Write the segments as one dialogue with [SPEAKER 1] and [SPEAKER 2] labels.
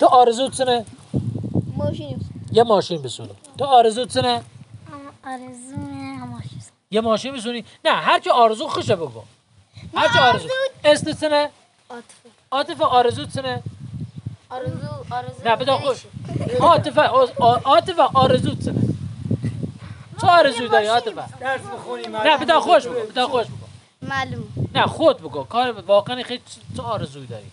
[SPEAKER 1] تو آرزوت چنه
[SPEAKER 2] ماشین
[SPEAKER 1] یه ماشین بسونی تو آرزوت چنه
[SPEAKER 3] اما آرزو نه ماشین
[SPEAKER 1] یه ماشین بسونی نه هر کی آرزو خشه بگو هر کی آرزو است چنه
[SPEAKER 2] عاطفه
[SPEAKER 1] عاطفه آرزوت چنه
[SPEAKER 2] آرزو آرزو
[SPEAKER 1] نه بدا خوش عاطفه آز- آ- عاطفه آرزوت چنه چه آرزو داری عاطفه
[SPEAKER 4] درس بخونیم
[SPEAKER 1] نه بدا خوش بگو بدا خوش بگو
[SPEAKER 2] معلوم
[SPEAKER 1] نه خود بگو کار ب- واقعا خیلی چ- چه آرزویی داری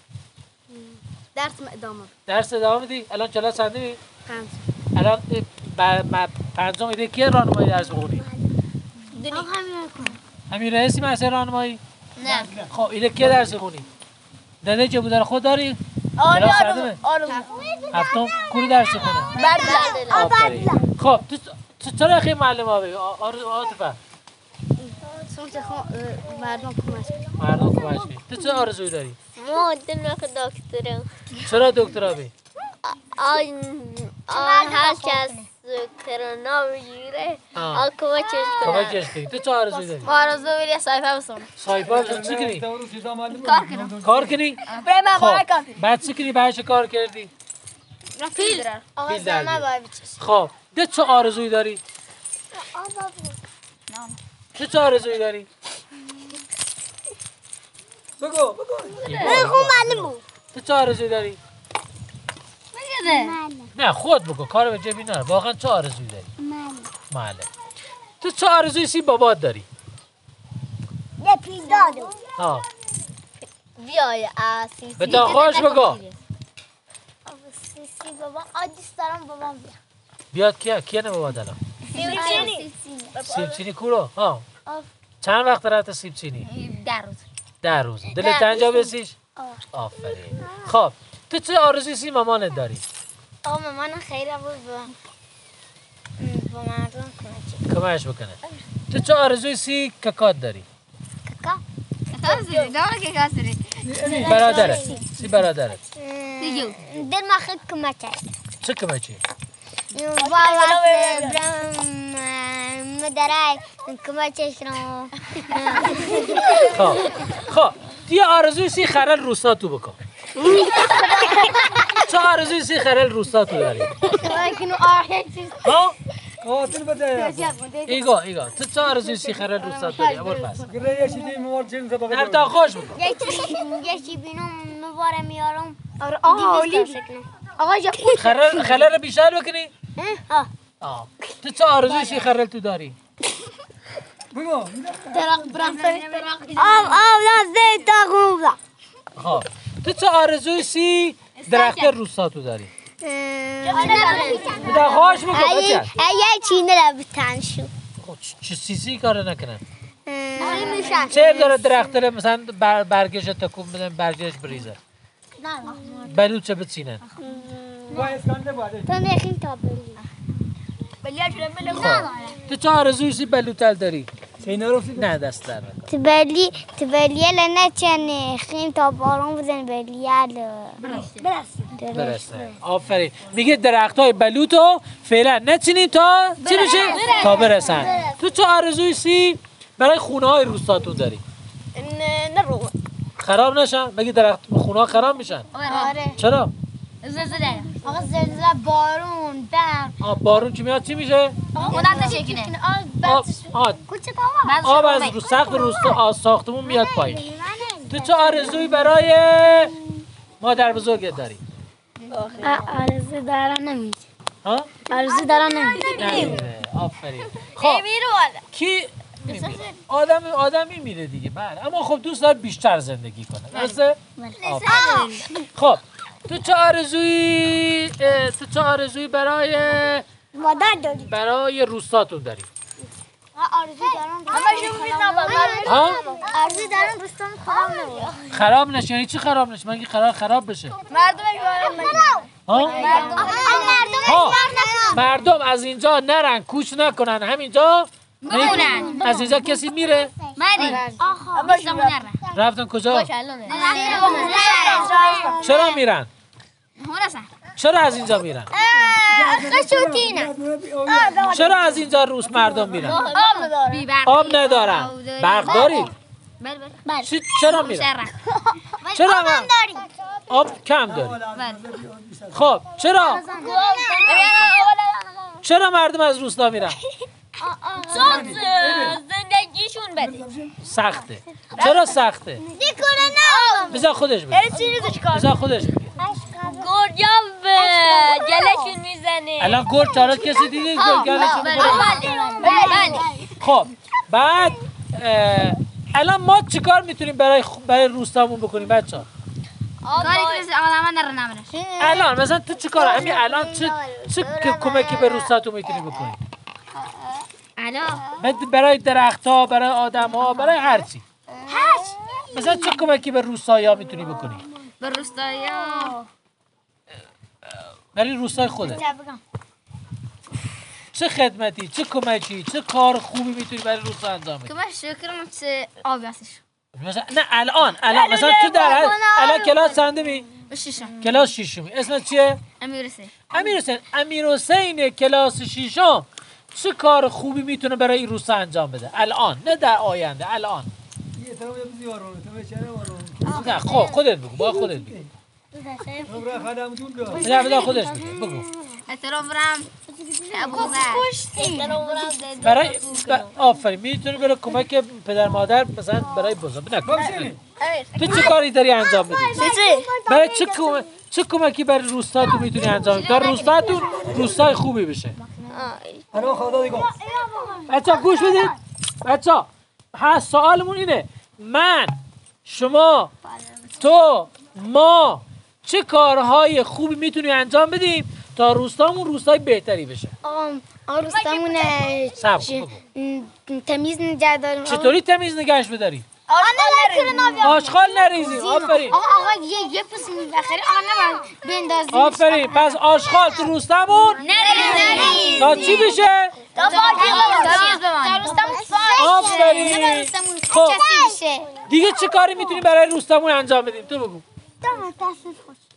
[SPEAKER 2] درس ادامه
[SPEAKER 1] درس ادامه میدی الان کلاس هندی
[SPEAKER 2] پنج
[SPEAKER 1] الان اه، ب- ب- پنجم ایده کیه راهنمایی درس بخونی
[SPEAKER 3] آقا همین رو کن
[SPEAKER 1] همین رئیسی مسئله راهنمایی
[SPEAKER 2] نه
[SPEAKER 1] خب ایده کیه درس بخونی داده که بودن خود داری
[SPEAKER 2] آره
[SPEAKER 1] کلاس
[SPEAKER 2] آره
[SPEAKER 1] هفتمه؟
[SPEAKER 2] آره
[SPEAKER 1] هفتم کورو درس بخونه
[SPEAKER 2] بعد
[SPEAKER 1] آفرین. خب تو تو چرا خیلی معلم ها بگی آ- آرزو عاطفه
[SPEAKER 2] چون که خو- اه، مردم کمک کنن.
[SPEAKER 1] مردم کمک می تو چه آرزویی داری
[SPEAKER 5] ما دنبال دکترم
[SPEAKER 1] چرا دکترا بی
[SPEAKER 5] آن آن هر کس Oh, کرونا بگیره
[SPEAKER 1] آه.
[SPEAKER 5] آن کمکش کنه
[SPEAKER 1] کمکش کنی تو چه آرزویی داری
[SPEAKER 2] آرزو ولی سایفه بسون
[SPEAKER 1] سایپا چی کنی
[SPEAKER 4] کار
[SPEAKER 1] کار کنی
[SPEAKER 2] برای من
[SPEAKER 1] خب بعد چی کنی بعدش کار کردی
[SPEAKER 2] فیل
[SPEAKER 1] فیل
[SPEAKER 2] آقا
[SPEAKER 1] در بیار.
[SPEAKER 2] باید بچش
[SPEAKER 1] خب ده چه آرزویی داری تو چه آرزویی داری
[SPEAKER 4] بگو بگو
[SPEAKER 1] تو چه آرزویی داری
[SPEAKER 3] معلم
[SPEAKER 1] نه خود بگو کار به جبی نره واقعا چه آرزویی داری
[SPEAKER 3] معلم
[SPEAKER 1] معلم تو چه آرزویی سی بابات داری
[SPEAKER 3] یه پیل دادم
[SPEAKER 1] ها
[SPEAKER 2] بیای اسی
[SPEAKER 1] به تا خوش بگو
[SPEAKER 3] آقا سیسی بابا آدیس دارم بابام بیا
[SPEAKER 1] بیاد کیا کیا نه بابات الان سیب چینی کورو ها
[SPEAKER 3] آف.
[SPEAKER 1] چند وقت رفت سیب چینی
[SPEAKER 2] در روز
[SPEAKER 1] در روز دلت تنجا بسیش آفرین خب تو چه آرزویی سی مامانت داری
[SPEAKER 5] آقا مامان خیلی بود با با مردم کمک
[SPEAKER 1] کمش بکنه تو چه آرزویی سی ککات داری برادرت سی برادرت
[SPEAKER 5] دل ما خیلی کمک کرد
[SPEAKER 1] چه کمکی
[SPEAKER 5] بابا برم uh, مدرای کمکش رو
[SPEAKER 1] خب خب یه آرزوی سی خرل روستا تو بکن چه آرزوی سی خرل روستا تو داری
[SPEAKER 5] لكن آخر چیز
[SPEAKER 1] ها
[SPEAKER 4] قاتل بده
[SPEAKER 1] ایگا ایگا تو چه آرزوی سی خرل روستا داری اول پس
[SPEAKER 4] گره یه شدی موار جنگ زبا
[SPEAKER 1] نه تا خوش بکن
[SPEAKER 5] یکی بینم نواره میارم
[SPEAKER 2] آره آقا علی آقا یا
[SPEAKER 1] خرل خرل رو بیشتر بکنی
[SPEAKER 5] آه.
[SPEAKER 1] آه تو چه آرزوی سی خرل تو داری
[SPEAKER 4] بگو
[SPEAKER 5] آم آم لا زيت تاخوم لا
[SPEAKER 1] خب تو چه آرزوی سی درخت روستا تو داری تا خوش بکن
[SPEAKER 5] اي
[SPEAKER 1] بچه
[SPEAKER 5] اي شي نلعب تانشو
[SPEAKER 1] خب، چ- چه سیسی کار نکنن
[SPEAKER 5] مشان
[SPEAKER 1] چه عیب داره درخت رو مثلا بر برگش رو تکون بدن برگش بریزه بلوچه بچینن
[SPEAKER 4] وای اسکنده بده
[SPEAKER 5] تو نخين تابلي
[SPEAKER 1] خب تو چه آرزوی سی بلوتل داری
[SPEAKER 4] سینا رو سینا
[SPEAKER 1] نه دست در نکن
[SPEAKER 5] تبالي تبالي لنا كان خين تابارون بزن بالي على
[SPEAKER 1] درسته آفرین میگه درخت های بلوتو فعلا نچینین تا چی بشه تا برسن تو چه آرزوی سی برای خونه های روستاتون داری
[SPEAKER 2] نرو
[SPEAKER 1] خراب نشن مگه درخت خونه ها خراب میشن
[SPEAKER 5] آره
[SPEAKER 1] چرا
[SPEAKER 2] زلزله
[SPEAKER 5] آقا زلزله بارون برق
[SPEAKER 1] آب بارون که میاد چی میشه
[SPEAKER 2] خودت شکنه
[SPEAKER 1] آب آب, آب از رو سقف روستا آ، ساختمون میاد پایین تو چه آرزویی برای مادر بزرگت داری
[SPEAKER 3] آرزو دارم نمیشه
[SPEAKER 1] ها
[SPEAKER 3] آرزو دارم نمیشه
[SPEAKER 1] نمیره. آفرین خب کی میمیره آدم آدم میمیره دیگه بله اما خب دوست داره بیشتر زندگی کنه درسته
[SPEAKER 3] بله.
[SPEAKER 1] آفرین. خب تو چه آرزویی اه، تو چه آرزویی برای
[SPEAKER 5] مادر داری
[SPEAKER 1] برای روستاتون داری
[SPEAKER 5] آرزو دارم همشون میدونم
[SPEAKER 1] ها
[SPEAKER 5] آرزو دارم رستم خواهم نبود
[SPEAKER 1] خراب نشه یعنی چی خراب نشه مگه خراب خراب بشه ها ها مردم از اینجا نرن کوچ نکنن همینجا بمونن از اینجا کسی میره رفتن کجا چرا میرن چرا از اینجا میرن چرا از اینجا روس مردم میرن Oh.
[SPEAKER 6] بله. خب،
[SPEAKER 1] آب ندارن برق دارید چی- چرا میرن چرا من
[SPEAKER 3] داری
[SPEAKER 1] آب کم داری
[SPEAKER 6] بله.
[SPEAKER 1] خب چرا چرا مردم از روستا میرن
[SPEAKER 6] چون ز- زندگیشون بله. بده
[SPEAKER 1] سخته چرا سخته
[SPEAKER 3] دیکنه نه
[SPEAKER 1] بذار خودش بگه
[SPEAKER 6] یعنی
[SPEAKER 1] بذار خودش بگه
[SPEAKER 6] گریا به گلشون میزنه
[SPEAKER 1] الان گرد تا حالا کسی دیده گرد گردشون
[SPEAKER 6] بله
[SPEAKER 1] بره؟
[SPEAKER 6] بله
[SPEAKER 1] خب بعد اه، الان ما چیکار میتونیم برای خ- برای روستامون بکنیم بچه ها
[SPEAKER 6] آقا
[SPEAKER 1] الان مثلا تو چیکار همین الان چه چه که- کمکی به روستاتون میتونی بکنی الان برای درخت ها برای آدم ها برای هر چی مثلا چه کمکی به روستایی ها میتونی بکنی
[SPEAKER 6] به روستایا
[SPEAKER 1] برای روستای خودت چه خدمتی چه کمکی چه کار خوبی میتونی برای روستا انجام بدی
[SPEAKER 6] من شکرم چه آبی هستش
[SPEAKER 1] مثلا نه الان الان مثلا تو در الان کلاس چندمی
[SPEAKER 6] شیشم
[SPEAKER 1] کلاس ششمی اسمت چیه
[SPEAKER 6] امیرسه
[SPEAKER 1] امیر حسین امیر حسین کلاس ششم چه کار خوبی میتونه برای این روستا انجام بده الان نه در آینده الان
[SPEAKER 4] یه طرف یه بزی وارونه، طرف چهره وارونه.
[SPEAKER 1] نه خب خودت بگو با خودت بگو
[SPEAKER 4] خب، راه خدم جون دار.
[SPEAKER 1] نه بذار خودش بگه بگو
[SPEAKER 6] احترام برم
[SPEAKER 1] برای ب- آفرین میتونه بره کمک پدر مادر مثلا برای بزرگ نه کمک تو چه کاری داری انجام میدی برای چه کم... چه کمکی برای روستا تو میتونی انجام بدی تا روستاتون روستای خوبی بشه
[SPEAKER 4] الان خدا دیگه.
[SPEAKER 1] بچه گوش بدید بچه ها سوالمون اینه من شما تو ما چه کارهای خوبی میتونیم انجام بدیم تا روستامون روستای بهتری بشه
[SPEAKER 5] آقا آقا روستامون اه،
[SPEAKER 1] صبر
[SPEAKER 5] چی-
[SPEAKER 1] بگو.
[SPEAKER 5] م، تمیز نگه داریم آقا.
[SPEAKER 1] چطوری تمیز نگهش بداری آشغال نریزی آفرین
[SPEAKER 5] آقا آقا یه یه پس بخری آقا نباید بندازیم
[SPEAKER 1] آفرین پس آشغال تو روستامون تا چی بشه آفرین خب
[SPEAKER 5] بشه
[SPEAKER 1] دیگه چه کاری میتونی برای روستامون انجام بدیم تو بگو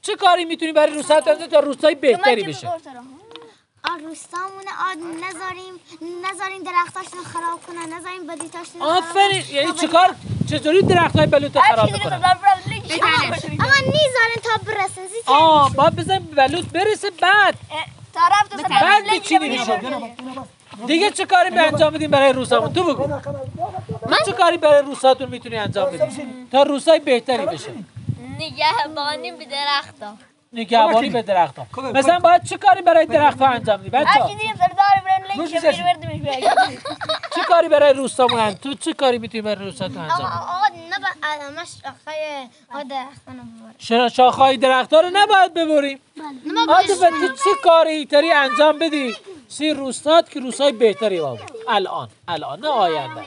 [SPEAKER 1] چه کاری میتونی برای روستا انجام بدیم تا روستای بهتری بشه
[SPEAKER 3] آ روستامون آد نذاریم نذاریم درختاشون خراب کنن نذاریم بدیتاشون
[SPEAKER 1] آفرین یعنی چیکار چطوری درخت های بلوط رو خراب میکنن
[SPEAKER 3] اما نیزارن تا برسن زی
[SPEAKER 1] آه باید بزن بلوط برسه بعد بعد بچینی میشه دیگه چه کاری به انجام بدیم برای روسامون تو بگو من چه کاری برای روساتون میتونی انجام بدیم تا روسای بهتری بشه
[SPEAKER 6] نگهبانی به درختم
[SPEAKER 1] نگهبانی به درخت ها مثلا باید چه کاری برای درخت ها انجام بدیم بچه ها چه کاری برای روستامون انجام تو چه کاری میتونی برای روستاتون انجام بدی
[SPEAKER 3] آقا نبا علمش آخه آ درختانو ببر
[SPEAKER 1] شنا- شاخه‌های درخت‌ها رو نباید ببریم آدم تو چه کاری تری انجام بدی سی روستات که روستای بهتری بابا الان الان نه آینده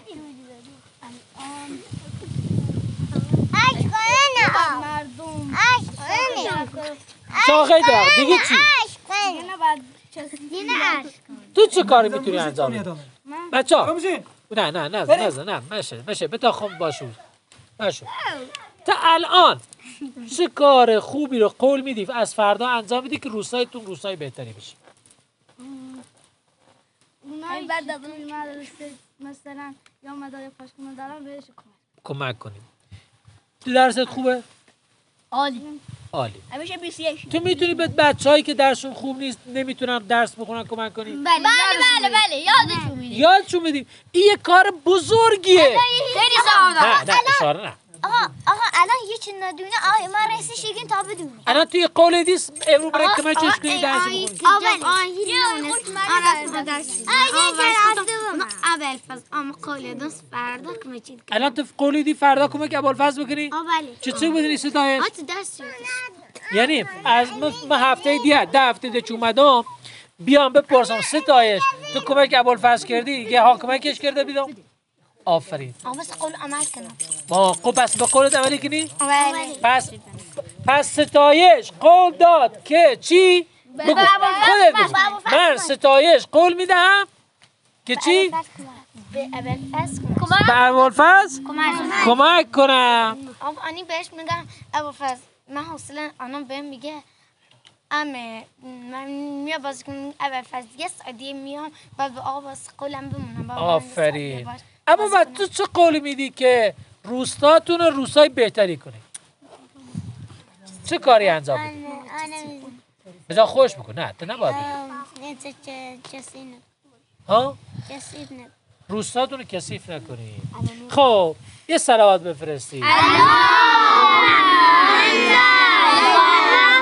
[SPEAKER 3] اش کنه مردم اش کنه
[SPEAKER 1] شاخه درخت دیگه چی
[SPEAKER 3] اش کنه
[SPEAKER 1] تو چه کاری میتونی انجام بدی
[SPEAKER 4] دامه.
[SPEAKER 1] بچه ها
[SPEAKER 4] خاموشین.
[SPEAKER 1] نه نه نه نه نه نه مشه مشه بتا خم باشو باشو تا الان چه کار خوبی رو قول میدی از فردا انجام بدی که روستایتون روستای بهتری بشه
[SPEAKER 2] اونایی بعد از اون مدرسه مثلا یا مدارک پاشکنه دارم بهش کمک
[SPEAKER 1] کمک کنیم تو درست خوبه
[SPEAKER 6] عالی
[SPEAKER 1] عالی
[SPEAKER 6] همیشه 21
[SPEAKER 1] تو میتونی به بچه هایی که درسشون خوب نیست نمیتونن درس بخونن کمک کنی
[SPEAKER 6] بله بله بله یادشون میدی
[SPEAKER 1] یادشون بدیم این یه کار بزرگیه
[SPEAKER 6] خیلی سعادت
[SPEAKER 1] نه نه اشاره نه
[SPEAKER 3] آقا آقا الان هیچ ندونه آه ما رئیس شیگین تا بدونه
[SPEAKER 1] الان توی قول دیس امرو برای کمک چش کنی درس بخونی
[SPEAKER 3] اول
[SPEAKER 5] بله. اول فاز آم قول دوست فردا کمی چیز
[SPEAKER 1] الان تو قول دی فردا کمک ابوالفضل بکنی
[SPEAKER 5] بله
[SPEAKER 1] چه چه بدونی ستایش
[SPEAKER 5] تو دست
[SPEAKER 1] یعنی از من من هفته دیگه ده هفته دیگه چه اومدم بیام بپرسم ستایش تو کمک ابوالفضل کردی یه ها کمکش کرده بیدم آفرین
[SPEAKER 5] بس قول عمل کنم
[SPEAKER 1] ما خب پس به قولت عملی کنی
[SPEAKER 5] بله
[SPEAKER 1] پس پس ستایش قول داد که چی بگو خودت بگو. من ستایش قول میدم که چی
[SPEAKER 5] کمک
[SPEAKER 1] به ابوالفضل کمک کنم
[SPEAKER 5] آب آنی بهش میگم ابو فاز من حوصله آنم بهم میگه امه من میام بازی کنم اول فاز دیگه سعدیه میام بعد به آقا بس قولم بمونم بعد برم به
[SPEAKER 1] آفرین
[SPEAKER 5] سعدیه باش.
[SPEAKER 1] اما بعد تو چه قول میدی که روستاتون رو روستای بهتری کنی چه کاری انجام بدی
[SPEAKER 3] آنه
[SPEAKER 1] بذار خوش بکن نه تو نباید بگی.
[SPEAKER 3] آنه جسینه
[SPEAKER 1] ها
[SPEAKER 3] جسینه
[SPEAKER 1] روستاتون رو کثیف نکنی خب یه سلوات بفرستی
[SPEAKER 6] الله